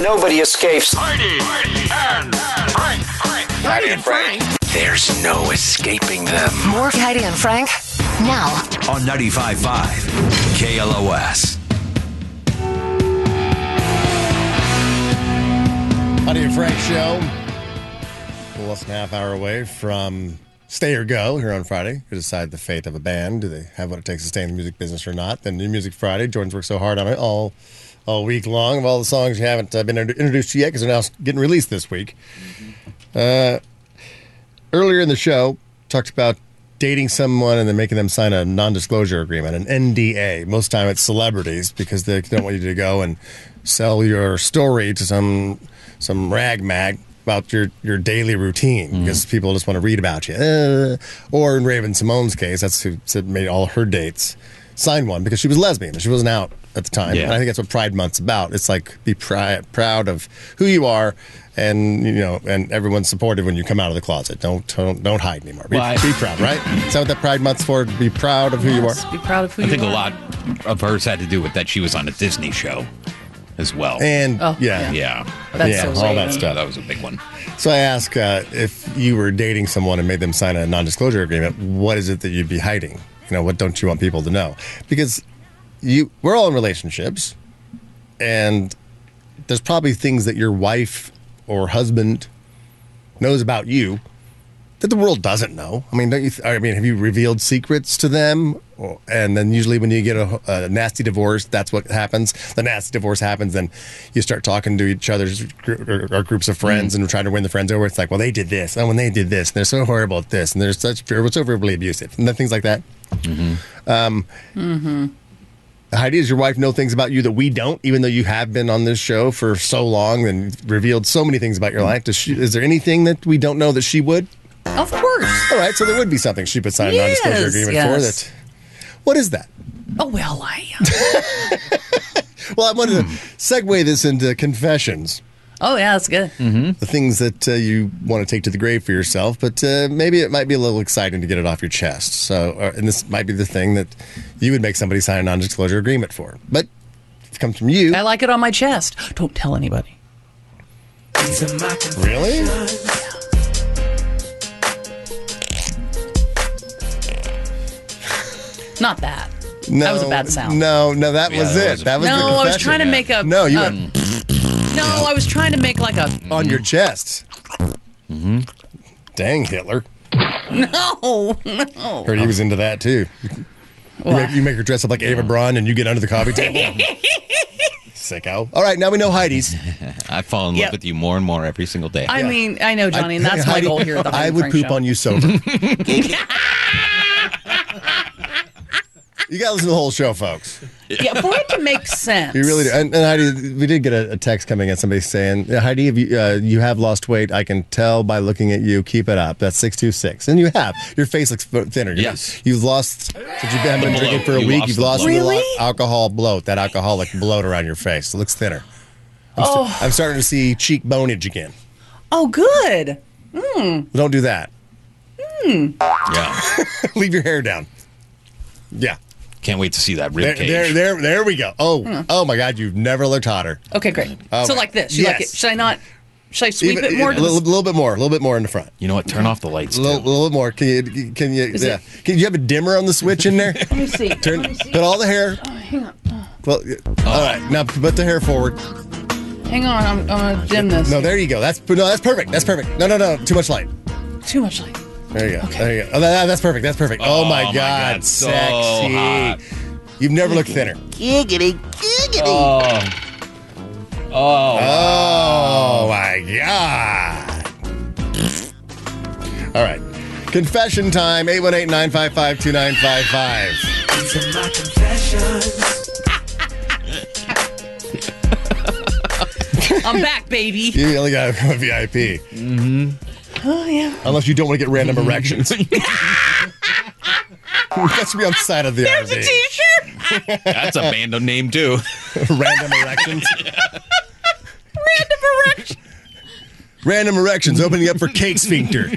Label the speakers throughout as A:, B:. A: Nobody escapes.
B: Heidi, and Frank. Heidi and Frank. There's no escaping them
C: More Heidi and Frank now.
B: on 95.5 KLOS.
D: Buddy and Frank show. Less than a half hour away from Stay or Go here on Friday to decide the fate of a band. Do they have what it takes to stay in the music business or not? Then New Music Friday. Jordan's worked so hard on it all all week long of all the songs you haven't uh, been inter- introduced to yet because they're now getting released this week. Uh, earlier in the show, talked about dating someone and then making them sign a non-disclosure agreement, an NDA. Most time it's celebrities because they don't want you to go and sell your story to some some rag mag about your, your daily routine because people just want to read about you. Uh, or in Raven Simone's case, that's who said made all her dates sign one because she was lesbian. She wasn't out at the time.
E: Yeah.
D: And I think that's what Pride Month's about. It's like be pri- proud of who you are. And you know, and everyone's supportive when you come out of the closet. Don't don't, don't hide anymore. Be,
E: Well, I-
D: be proud, right? Is that what that Pride Month's for? Be proud of who you are.
F: Yes, Be proud of who
E: I
F: you
E: think a
F: are.
E: lot of hers had to do with that she was on a Disney show as well.
D: And
F: Oh,
D: yeah,
E: yeah.
F: That's
D: Yeah,
F: so
D: all
F: weird.
D: that stuff.
E: That was a big one.
D: So I ask uh, if you were dating someone and made them sign a non-disclosure agreement, what is it that you'd be hiding? You know, what don't you want people to know? Because you, we're all in relationships, and there's probably things that your wife or husband knows about you that the world doesn't know. I mean, don't you? Th- I mean, have you revealed secrets to them? Or, and then usually when you get a, a nasty divorce, that's what happens. The nasty divorce happens, then you start talking to each other's gr- or, or groups of friends and trying to win the friends over. It's like, well, they did this, Oh, and when they did this, and they're so horrible at this, and they're such or so verbally abusive, and then things like that. Um, Heidi, does your wife know things about you that we don't, even though you have been on this show for so long and revealed so many things about your life? Does she, is there anything that we don't know that she would?
F: Of course.
D: All right, so there would be something she would sign a non-disclosure
F: Yes,
D: agreement
F: yes.
D: for that. What is that?
F: Oh well, I.
D: Well, I wanted to segue this into confessions,
F: Oh yeah, that's good.
E: Mm.
D: the things that uh, you want to take to the grave for yourself, but uh, maybe it might be a little exciting to get it off your chest. So, or, and this might be the thing that you would make somebody sign a non-disclosure agreement for, but if it comes from you.
F: I like it on my chest. Don't tell anybody.
D: Really?
F: Not that.
D: No,
F: That was a bad sound.
D: No, no, that
E: Yeah,
D: was
E: that
D: it.
E: was a-
D: that was
F: No,
D: the
F: I was
D: confession.
F: trying to make a.
D: No, you
F: a-
D: went
F: no, I was trying to make like a.
D: on your chest.
E: Mm-hmm.
D: Dang, Hitler.
F: No.
E: Oh,
D: Heard he was into that too. You make, you make her dress up like Ava Braun and you get under the coffee table. Sicko. All right, now we know Heidi's.
E: I fall in love
F: Yeah.
E: with you more and more every single day.
F: I mean, I know, Johnny, and that's my
D: Heidi,
F: goal here at the
D: I would poop on you sober. you got to listen to the whole show, folks.
F: Yeah, for it to make sense.
D: You really do. And, and Heidi, we did get a, a text coming in. Somebody saying, "Heidi, if you uh, you have lost weight, I can tell by looking at you. Keep it up. That's six two six, and you have. Your face looks fu- thinner. You-
E: Yes.
D: you've lost. Since you've been,
E: The
D: been drinking
E: bloat.
D: for a
E: You
D: week,
E: lost
D: you've
E: the
D: lost
E: bloat.
D: the
F: Really?
D: lo- alcohol bloat. That alcoholic bloat around your face it looks thinner. I'm, st- I'm starting to see cheek bonage again.
F: Oh, good.
D: Don't do that.
E: Yeah.
D: Leave your hair down. Yeah.
E: Can't wait to see that
D: There,
E: rib cage.
D: there, there, there we go. Oh, oh my God! You've never looked hotter.
F: Okay, great.
D: All
F: so
D: right.
F: like this. You like it?
D: Yes.
F: Should I not? Should I sweep
D: Even-
F: it more?
D: A
F: to the
D: little, little bit more. A little bit more in the front.
E: You know what? Turn off the lights.
D: A little,
E: too.
D: little more. Can you? Can you? yeah.
F: it-
D: Can you have a dimmer on the switch in there?
F: Let me see. Let
D: Turn.
F: me see.
D: Put all the hair.
F: Hang on.
D: Well. y-
E: Oh.
D: All right. Now put the hair forward.
F: Hang on. I'm, I'm gonna dim this.
D: No, there you go. That's no. That's perfect. That's perfect. No, no, no. Too much light.
F: Too much light.
D: There you go. There you go. Oh, that- that's perfect. That's perfect. Oh, my
E: my
D: God.
E: God, so
D: Sexy.
E: hot.
D: You've never looked thinner.
E: Oh,
D: Oh my God. All right. Confession time 818 955 2955.
F: I'm back, baby.
D: You only got a VIP.
F: Oh yeah. Mm-hmm.
D: Unless you don't want to get random erections. That's me on the side of the
F: There's a
D: RV.
F: T-shirt.
E: That's a band name too.
D: Random erections.
F: Random erection.
D: Random erections opening up for cake sphincter. you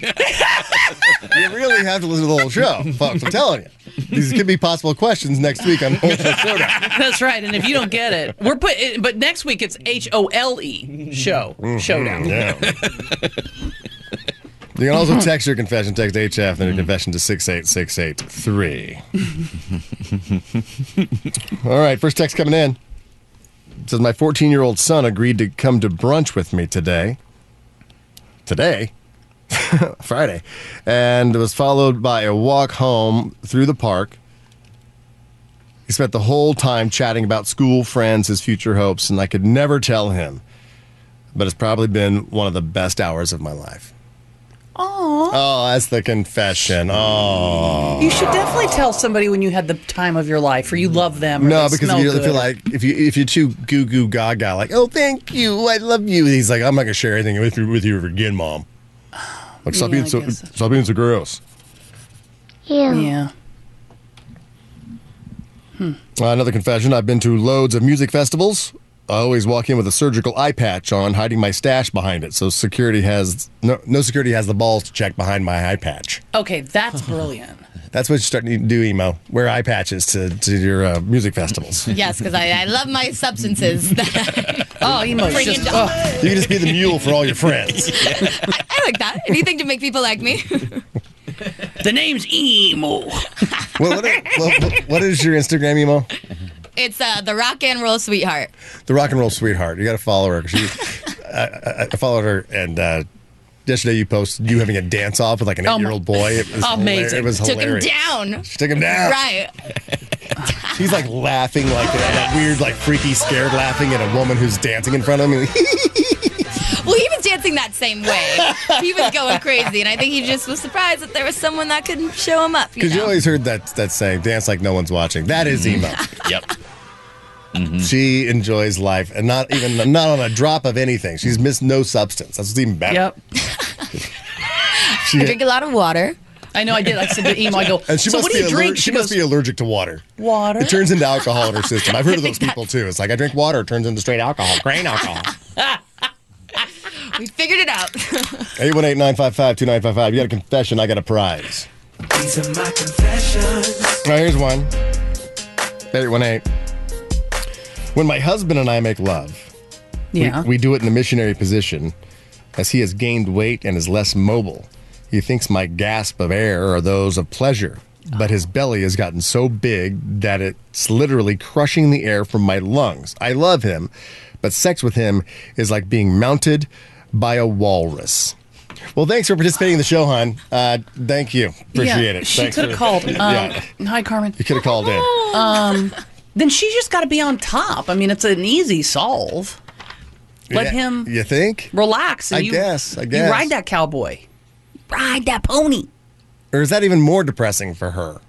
D: really have to listen to the whole show, folks. I'm telling you. These could be possible questions next week on Holter Soda.
F: That's right. And if you don't get it, we're put. But next week it's H O L E show showdown.
D: Mm-hmm. Yeah. Mm, You can also text your confession, text HF, then your confession to 68683. All right, first text coming in. It says, My 14 year old son agreed to come to brunch with me today. Today? Friday. And it was followed by a walk home through the park. He spent the whole time chatting about school, friends, his future hopes, and I could never tell him. But it's probably been one of the best hours of my life. Oh, that's the confession. Oh,
F: You should definitely tell somebody when you had the time of your life, or you love them. Or
D: no,
F: they
D: because
F: smell
D: if you
F: good.
D: feel like if you if you're too goo goo gaga, like oh thank you, I love you. He's like I'm not gonna share anything with you with you ever again, mom. Like stop
F: Yeah,
D: being
F: I
D: so
F: guess.
D: stop being so gross.
F: yeah.
D: Uh, another confession: I've been to loads of music festivals. I always walk in with a surgical eye patch on, hiding my stash behind it, so security has no no security has the balls to check behind my eye patch.
F: Okay, that's brilliant.
D: That's what you start to do, emo. Wear eye patches to to your uh, music festivals.
A: Yes, because I, I love my substances.
F: Oh, emo's
A: Bring
F: just
A: it
F: oh,
A: on.
D: you can just be the mule for all your friends.
A: I, I like that. Anything to make people like me.
F: the name's emo.
D: what, what, what, what is your Instagram emo?
A: It's uh, the rock and roll sweetheart.
D: The rock and roll sweetheart. You got to follow her. 'cause She, I, I, I followed her, and uh, yesterday you posted you having a dance off with like an
F: Oh my-
D: eight year old boy. It was hilar-
F: Amazing.
D: It was
A: Took him
D: hilarious.
A: down.
D: She took him down.
A: Right.
D: He's like laughing like that, that weird, like freaky, scared laughing at a woman who's dancing in front of him.
A: Well, he was dancing that same way. He was going crazy, and I think he just was surprised that there was someone that could show him up. You
D: Because you
A: know?
D: always heard that that saying, "Dance like no one's watching." That is
A: Mm-hmm.
D: emo.
E: Yep.
D: she enjoys life, and not even not on a drop of anything. She's missed no substance. That's what's even better.
F: Yep.
A: I drink a lot of water.
F: I know I did. I said to emo, I go,
D: And she
F: so
D: must
F: what
D: be
F: do you
D: aller-
F: drink?
D: She, must be allergic to water.
F: water.
D: It turns into alcohol in her system. I've heard of those people too. It's like I drink water, it turns into straight alcohol, grain alcohol.
A: We figured it out.
D: 818 955 2955. You got a confession, I got a prize.
B: These are my confessions.
D: All right, here's one 818. When my husband and I make love,
F: yeah.
D: we do it in the missionary position as he has gained weight and is less mobile. He thinks my gasp of air are those of pleasure, but his belly has gotten so big that it's literally crushing the air from my lungs. I love him, but sex with him is like being mounted by a walrus. Well, thanks for participating in the show, hon. Uh, thank you. Appreciate
F: yeah.
D: it.
F: She
D: Thanks
F: could have
D: for-
F: called. Um,
D: Yeah.
F: Hi, Carmen. Um,
D: You could have called in.
F: Then she just got to be on top. I mean, it's an easy solve. Let
D: Yeah.
F: him
D: You think?
F: relax. And
D: I
F: you,
D: guess, I
F: You
D: guess.
F: ride that cowboy.
A: Ride that pony.
D: Or is that even more depressing for her?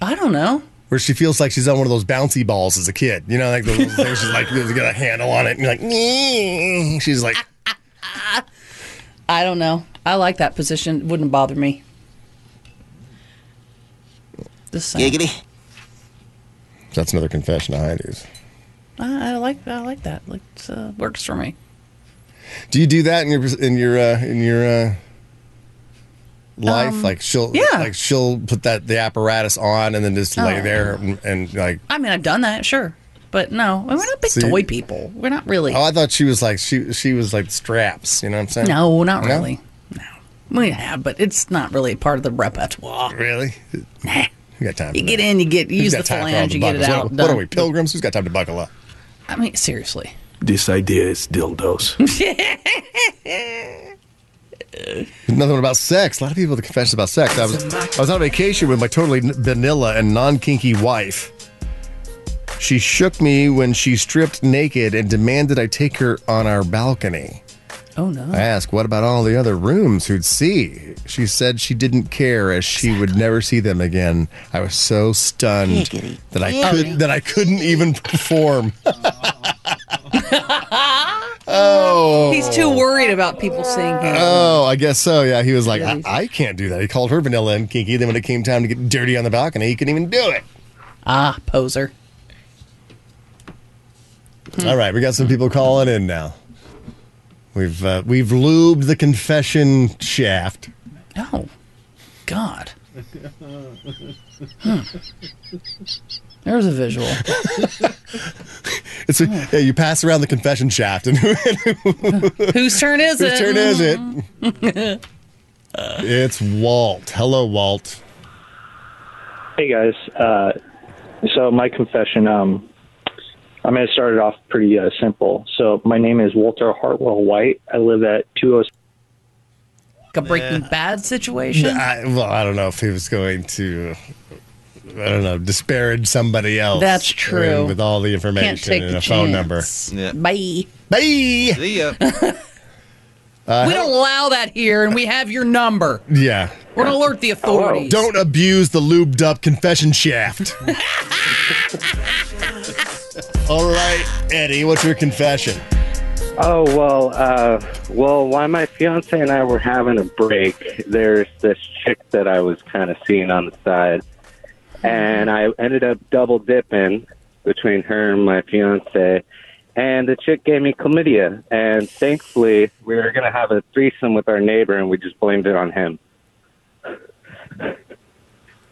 F: I don't know.
D: where she feels like she's on one of those bouncy balls as a kid. You know, like the little things she's like, there's got a handle on it, and you're like, "Nee." she's like,
F: I don't know. I like that position. It wouldn't bother me. Just saying.
D: that's another confession I use.
F: I, I like I like that. Like it's, uh, works for me.
D: Do you do that in your in your uh, in your uh, life? like she'll
F: Um, yeah. Oh.
D: like she'll put that the apparatus on and then just lay there and, and like.
F: I mean, I've done that, sure, but no, we're not big
D: See-
F: toy people. We're not really.
D: Oh, I thought she was like she she was like straps. You know what I'm saying?
F: no, not
D: No?
F: really. No, we have, but it's not really part of the repertoire.
D: Really?
F: Nah.
D: You got time?
F: You
D: for
F: get
D: that.
F: in, you get you
D: Who's
F: use
D: got
F: the
D: time for all
F: flange,
D: the
F: you get it
D: buckles?
F: out.
D: What, what are
F: done.
D: we pilgrims? Who's got time to buckle up?
F: I mean, seriously.
B: This idea is dildos.
D: Another one about sex. A lot of people with confessions about sex. I was I was on vacation with my totally n- vanilla and non kinky wife. She shook me when she stripped naked and demanded I take her on our balcony.
F: Oh no.
D: I asked, "What about all the other rooms who'd see?" She said she didn't care, as she would never see them again. I was so stunned that I could that I couldn't even perform. oh,
F: He's too worried about people seeing him.
D: Oh, I guess so. Yeah, he was like, I, I can't do that. He called her vanilla and kinky. Then when it came time to get dirty on the balcony, he couldn't even do it.
F: ah, poser. Hmm.
D: All right, we got some people calling in now. We've uh, we've lubed the confession shaft.
F: No. God. Hmm.
G: There's a visual.
D: It's
F: Hmm.
D: yeah, you pass around the confession shaft, and whose
F: Whose turn is it?
D: turn is it? it's Walt. Hello, Walt.
H: Hey guys, uh, so my confession. Um, I'm going to start it off pretty uh, simple. So my name is Walter Hartwell White. I live at 206.
F: Like a Breaking Bad situation.
D: I, well, I don't know if he was going to. I don't know, disparage somebody else.
F: That's
D: I mean,
F: true.
D: with all the information
F: Can't take
D: and
F: the
D: a phone number.
F: chance.
E: Yeah.
F: Bye.
D: Bye.
E: See ya.
D: Uh,
F: we don't allow that here, and we have your number.
D: Yeah.
F: We're gonna alert the authorities.
D: Don't abuse the lubed up confession shaft. All right, Eddie, what's your confession?
H: Oh well, uh, well, while my fiance and I were having a break, there's this chick that I was kind of seeing on the side, and I ended up double dipping between her and my fiance, and the chick gave me chlamydia, and thankfully we were gonna have a threesome with our neighbor, and we just blamed it on him.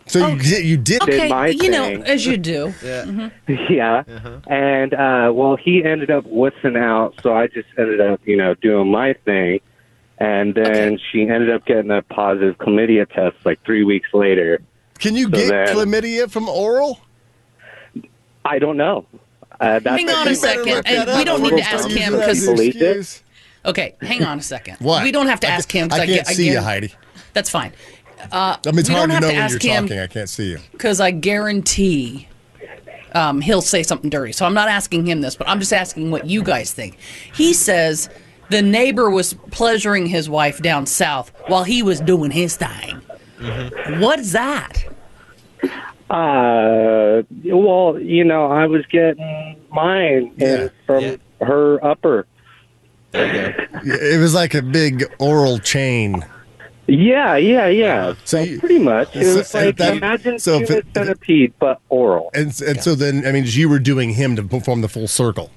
D: So you did, you did
H: Did
F: Okay,
H: my
F: you know,
H: thing.
F: as you do.
H: Yeah.
D: Uh-huh.
H: And uh well he ended up wussing out, so I just ended up, you know, doing my thing. And then she ended up getting a positive chlamydia test like three weeks later.
D: Can you get
H: then-
D: chlamydia from oral?
H: I don't know. Uh, that's
F: Hang on a
H: the thing.
F: second.
D: Better look
F: and
D: that
F: we
D: up.
F: don't
D: We're
F: need to
D: gonna
F: ask
D: start
F: him
D: using that
F: 'cause-
D: as an
H: Believed it?
D: excuse.
F: Okay, hang on a second.
D: What?
F: We don't have to
D: I
F: ask
D: ca-
F: him. 'cause
D: I
F: get-
D: can't see you,
F: guar-
D: Heidi.
F: That's fine.
D: I mean, it's
F: We
D: hard
F: don't
D: to know
F: have to
D: when you're
F: ask him.
D: talking. I can't see you.
F: because I guarantee um, he'll say something dirty. So I'm not asking him this, but I'm just asking what you guys think. He says the neighbor was pleasuring his wife down south while he was doing his thing.
D: Mm-hmm.
F: What's that?
H: Uh well, you know, I was getting mine
D: Yeah.
H: and from her upper.
D: It was like a big oral chain.
H: Yeah, yeah, yeah.
D: So you,
H: Pretty much. It
D: So-
H: was like
D: that-
H: imagine
D: so
H: so
D: if
H: human
D: it-
H: centipede but oral.
D: and and so then I mean, you were doing him to perform the full circle.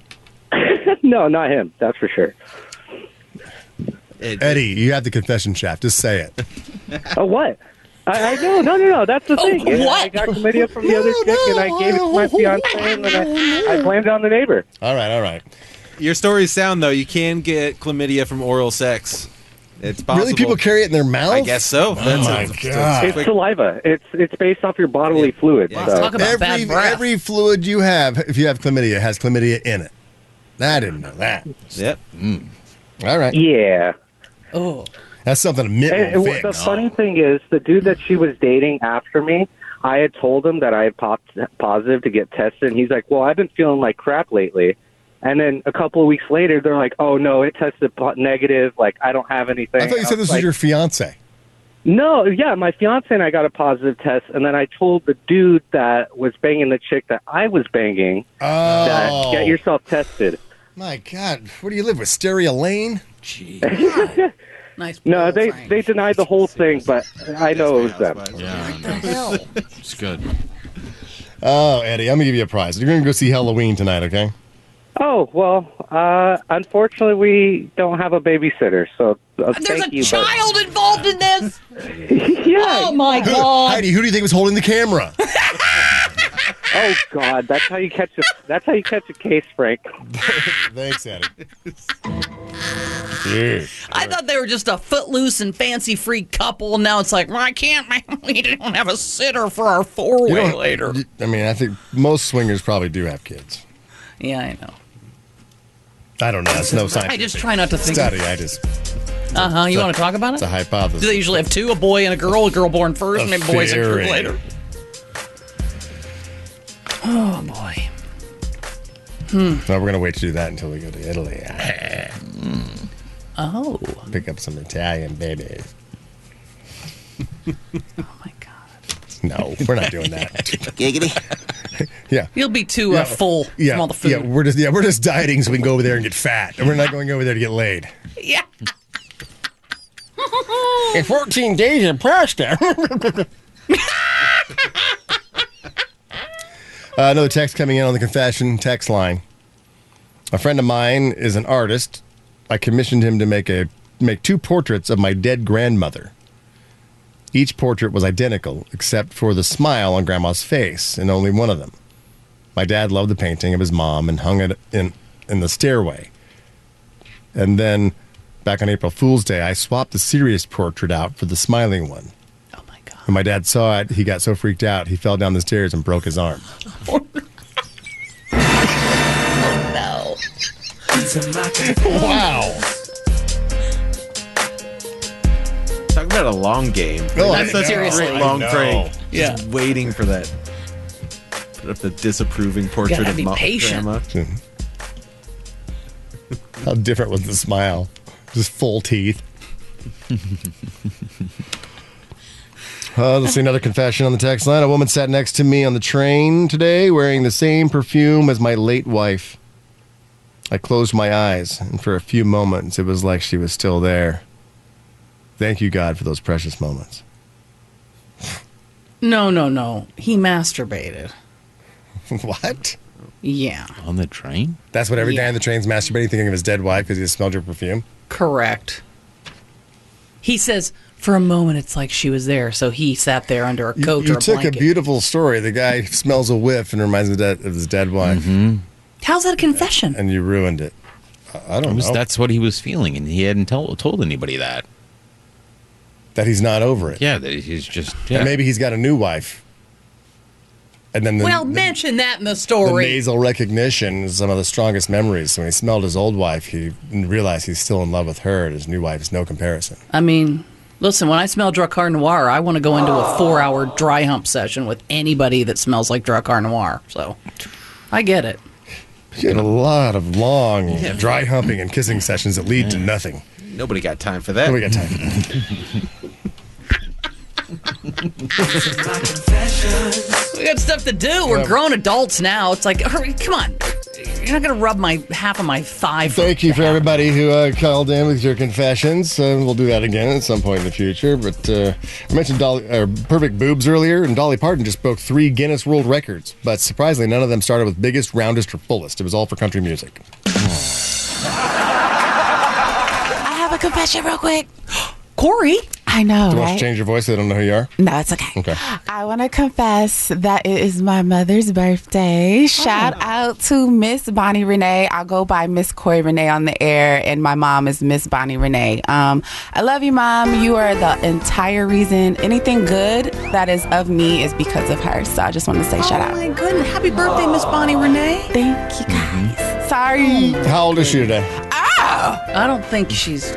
H: No, not him, that's for sure.
D: Eddie, you have the confession shaft. Just say it.
H: Oh, what? I, I know, no, no, no. That's the thing. Yeah, I
F: Oh, what?
H: got chlamydia from the other chick, and I gave it to my fiance, and then I, I blamed it on the neighbor.
D: All right, all right.
I: Your story's sound though. You can get chlamydia from oral sex. It's possible.
D: Really, people carry it in their mouth? Oh
I: I guess so. That's
D: my
I: it's-
D: God.
H: It's saliva. It's it's based off your bodily fluid.
I: Yeah.
H: So.
F: Talk about
D: every
F: bad breath.
D: every fluid you have, if you have chlamydia, has chlamydia in it. I didn't know that.
I: Yep.
D: All right,
H: yeah.
F: oh,
D: that's something a mint
H: And,
D: will
H: and the
D: fix.
H: funny thing is, the dude that she was dating after me, I had told him that I had popped positive to get tested, and he's like, "Well, I've been feeling like crap lately." And then a couple of weeks later, they're like, "Oh no, it tested po- negative. Like I don't have anything."
D: I thought you
H: And
D: said
H: was
D: this was
H: like,
D: your fiance.
H: No, yeah, my fiance and I got a positive test, and then I told the dude that was banging the chick that I was banging that
D: Oh,
H: get yourself tested.
D: my God! Where do you live with Stereo Lane?
F: nice.
H: No,
F: ball,
H: they
F: Frank.
H: they denied the whole thing, but I know it was them.
E: It's good.
D: Oh, Eddie, I'm gonna give you a prize. You're gonna go see Halloween tonight, okay?
H: Oh well, uh, unfortunately, we don't have a babysitter, so uh,
F: There's
H: thank
F: a
H: you. but-
F: child involved in this.
H: yeah.
F: Oh my god.
D: Heidi, who do you think was holding the camera?
H: Oh God, that's how you catch a that's how you catch a case, Frank.
D: Thanks, Eddie. Yeah.
F: I thought they were just a footloose and fancy free couple. Now it's like, well, I can't. We don't have a sitter for our four
D: You
F: way
D: don't-
F: later.
D: I mean, I think most swingers probably do have kids.
F: Yeah, I know.
D: I don't know. That's no science.
F: I just try not to think.
D: study. I just
F: Uh huh. You want to talk about
D: it's a
F: it?
D: hypothesis.
F: Do they usually have two? A boy and a girl. A girl born first, and then boys and
D: theory.
F: girls later. Oh boy.
D: No, we're gonna wait to do that until we go to Italy. Uh,
F: Oh.
D: Pick up some Italian babies.
F: Oh my god.
D: No, we're not doing that. yeah.
F: You'll be too uh, full
D: Yeah,
F: from all the food.
D: yeah, we're just yeah, we're just dieting so we can go over there and get fat. And we're not going over there to get laid.
F: yeah.
D: In 14 days in pasta. Uh, another text coming in on the confession text line. A friend of mine is an artist. I commissioned him to make a make two portraits of my dead grandmother. Each portrait was identical, except for the smile on Grandma's face, and only one of them. My dad loved the painting of his mom and hung it in, in the stairway. And then, back on April Fool's Day, I swapped the serious portrait out for the smiling one.
F: Oh my god.
D: When my dad saw it, he got so freaked out, he fell down the stairs and broke his arm. Wow.
I: Talk about a long game.
D: Oh,
I: Like,
D: I know.
F: Seriously.
I: great long
D: I know.
I: prank.
F: Yeah.
I: Just waiting for that. Put up the disapproving portrait
F: Gotta
I: of
F: be
I: Mo-
F: patient.
I: grandma.
D: Hmm. How different was the smile? Just full teeth. Uh, let's see another confession on the text line. A woman sat next to me on the train today wearing the same perfume as my late wife. I closed my eyes, and for a few moments, it was like she was still there. Thank you, God, for those precious moments.
F: No, no, no. He masturbated.
D: what?
F: Yeah.
E: On the train?
D: That's what every day
F: Yeah.
D: on the train's masturbating, thinking of his dead wife because he smelled her perfume.
F: Correct. He says, for a moment, it's like she was there. So he sat there under a coat
D: you
F: or a
D: took
F: blanket.
D: a beautiful story. The guy smells a whiff and reminds him of that- of his dead wife,
F: Mm-hmm. How's that a confession?
D: and you ruined it. I- I
E: It
D: don't
E: was-
D: know
E: That's what he was feeling, and he hadn't tell, told anybody that.
D: that he's not over it.
E: Yeah, that he's just.
D: And
E: Yeah.
D: maybe he's got a new wife, and then the,
F: well,
D: the,
F: mention that in the
D: the
F: story.
D: nasal recognition is some of the strongest memories. When he smelled his old wife, he realized he's still in love with her. and His new wife is no comparison.
F: I mean, listen, when I smell Dracar Noir, I want to go into a four hour dry hump session with anybody that smells like Dracar Noir. So I get it.
D: You had a lot of long dry humping and kissing sessions that lead to nothing.
I: Nobody got time for that.
D: Oh, we got time. for that.
F: We got stuff to do. We're grown adults now. It's like, hurry, come on. You're not going to rub my half of my thigh. for-
D: Thank you for everybody who uh, called in with your confessions. Uh, we'll do that again at some point in the future. But uh, I mentioned Dolly, uh, perfect boobs earlier, and Dolly Parton just broke three Guinness World Records. But surprisingly, none of them started with biggest, roundest, or fullest. It was all for country music.
G: I have a confession real quick.
F: Corey.
G: I know,
D: You want
G: right?
D: to change your voice? so They don't know who you are.
G: No, it's okay.
D: Okay.
G: I want to confess that it is my mother's birthday. Shout out to Miss Bonnie Renee. I go by Miss Coy Renee on the air, and my mom is Miss Bonnie Renee. Um, I love you, mom. You are the entire reason. Anything good that is of me is because of her. So I just want to say shout
F: Oh
G: out.
F: my goodness. Happy birthday, Miss Bonnie Renee.
G: Oh, Thank you
D: Mm-hmm.
G: guys. Mm. Sorry.
D: How old is she today?
F: I don't think she's.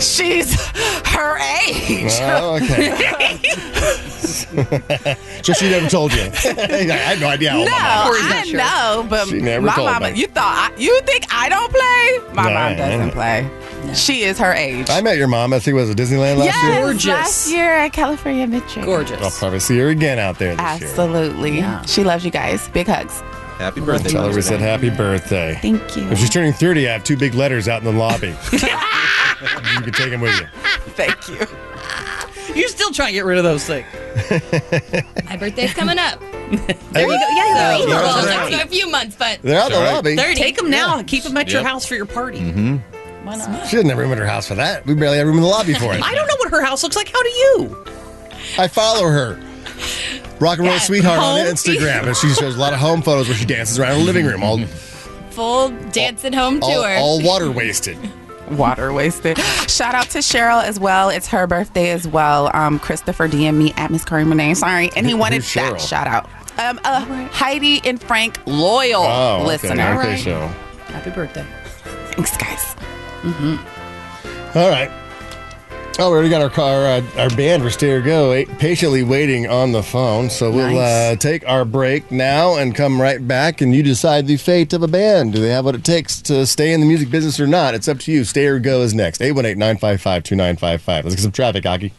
G: She's her age.
D: Oh, okay. so she never told you. I had no idea. how old
G: No,
D: my mom
F: Corey's
G: I
F: not sure.
G: know, but
D: She never
G: my
D: told
G: mama.
D: me.
G: You thought I, you think I don't play? My
D: No, I ain't.
G: mom doesn't play. She is her age.
D: was. I met your mom. I think it was at Disneyland last
G: yes,
D: year.
F: Gorgeous.
G: last year at California Midtree.
D: I'll
F: Gorgeous.
D: probably see her again out there this year.
G: Absolutely. She loves you guys. Big hugs.
I: Happy birthday.
D: Tell her we said
I: Mother's Day.
D: happy birthday.
G: Thank you.
D: If she's turning 30, I have two big letters out in the lobby. you can take them with you.
G: Thank you.
F: You still trying to get rid of those things.
A: My birthday's coming up.
D: There you go.
A: Yeah,
D: you're
A: well,
D: right.
A: it's like a few months, but
D: They're out in the
I: Sorry.
D: lobby.
A: 30.
F: Take them now and keep them at your
E: Yep.
F: house for your party. Why not?
D: She doesn't have room in her house for that. We barely have room in the lobby for it.
F: I don't know what her house looks like. How do you?
D: I follow her. Rock and roll
A: Yeah,
D: sweetheart on
A: home.
D: Instagram. And she shows a lot of home photos where she dances around her living room, all,
A: full dance at home
D: all,
A: tour.
D: all water wasted.
G: Water wasted. Shout out to Cheryl as well. It's her birthday as well. Um, Christopher DM me at Miss Corey Monet. Sorry. And he
D: Who-
G: wanted
D: who's
G: that
D: Cheryl?
G: shout out. Um, uh, Heidi and Frank, loyal
D: Oh,
G: listener.
D: okay. Okay, so.
F: Happy birthday.
G: Thanks, guys.
D: All right. Oh, we already got our car, uh, our band for Stay or Go eh, patiently waiting on the phone. So we'll uh, take our break now and come right back, and you decide the fate of a band. Do they have what it takes to stay in the music business or not? It's up to you. Stay or Go is next. 818 955 2955. Let's get some traffic, Aki.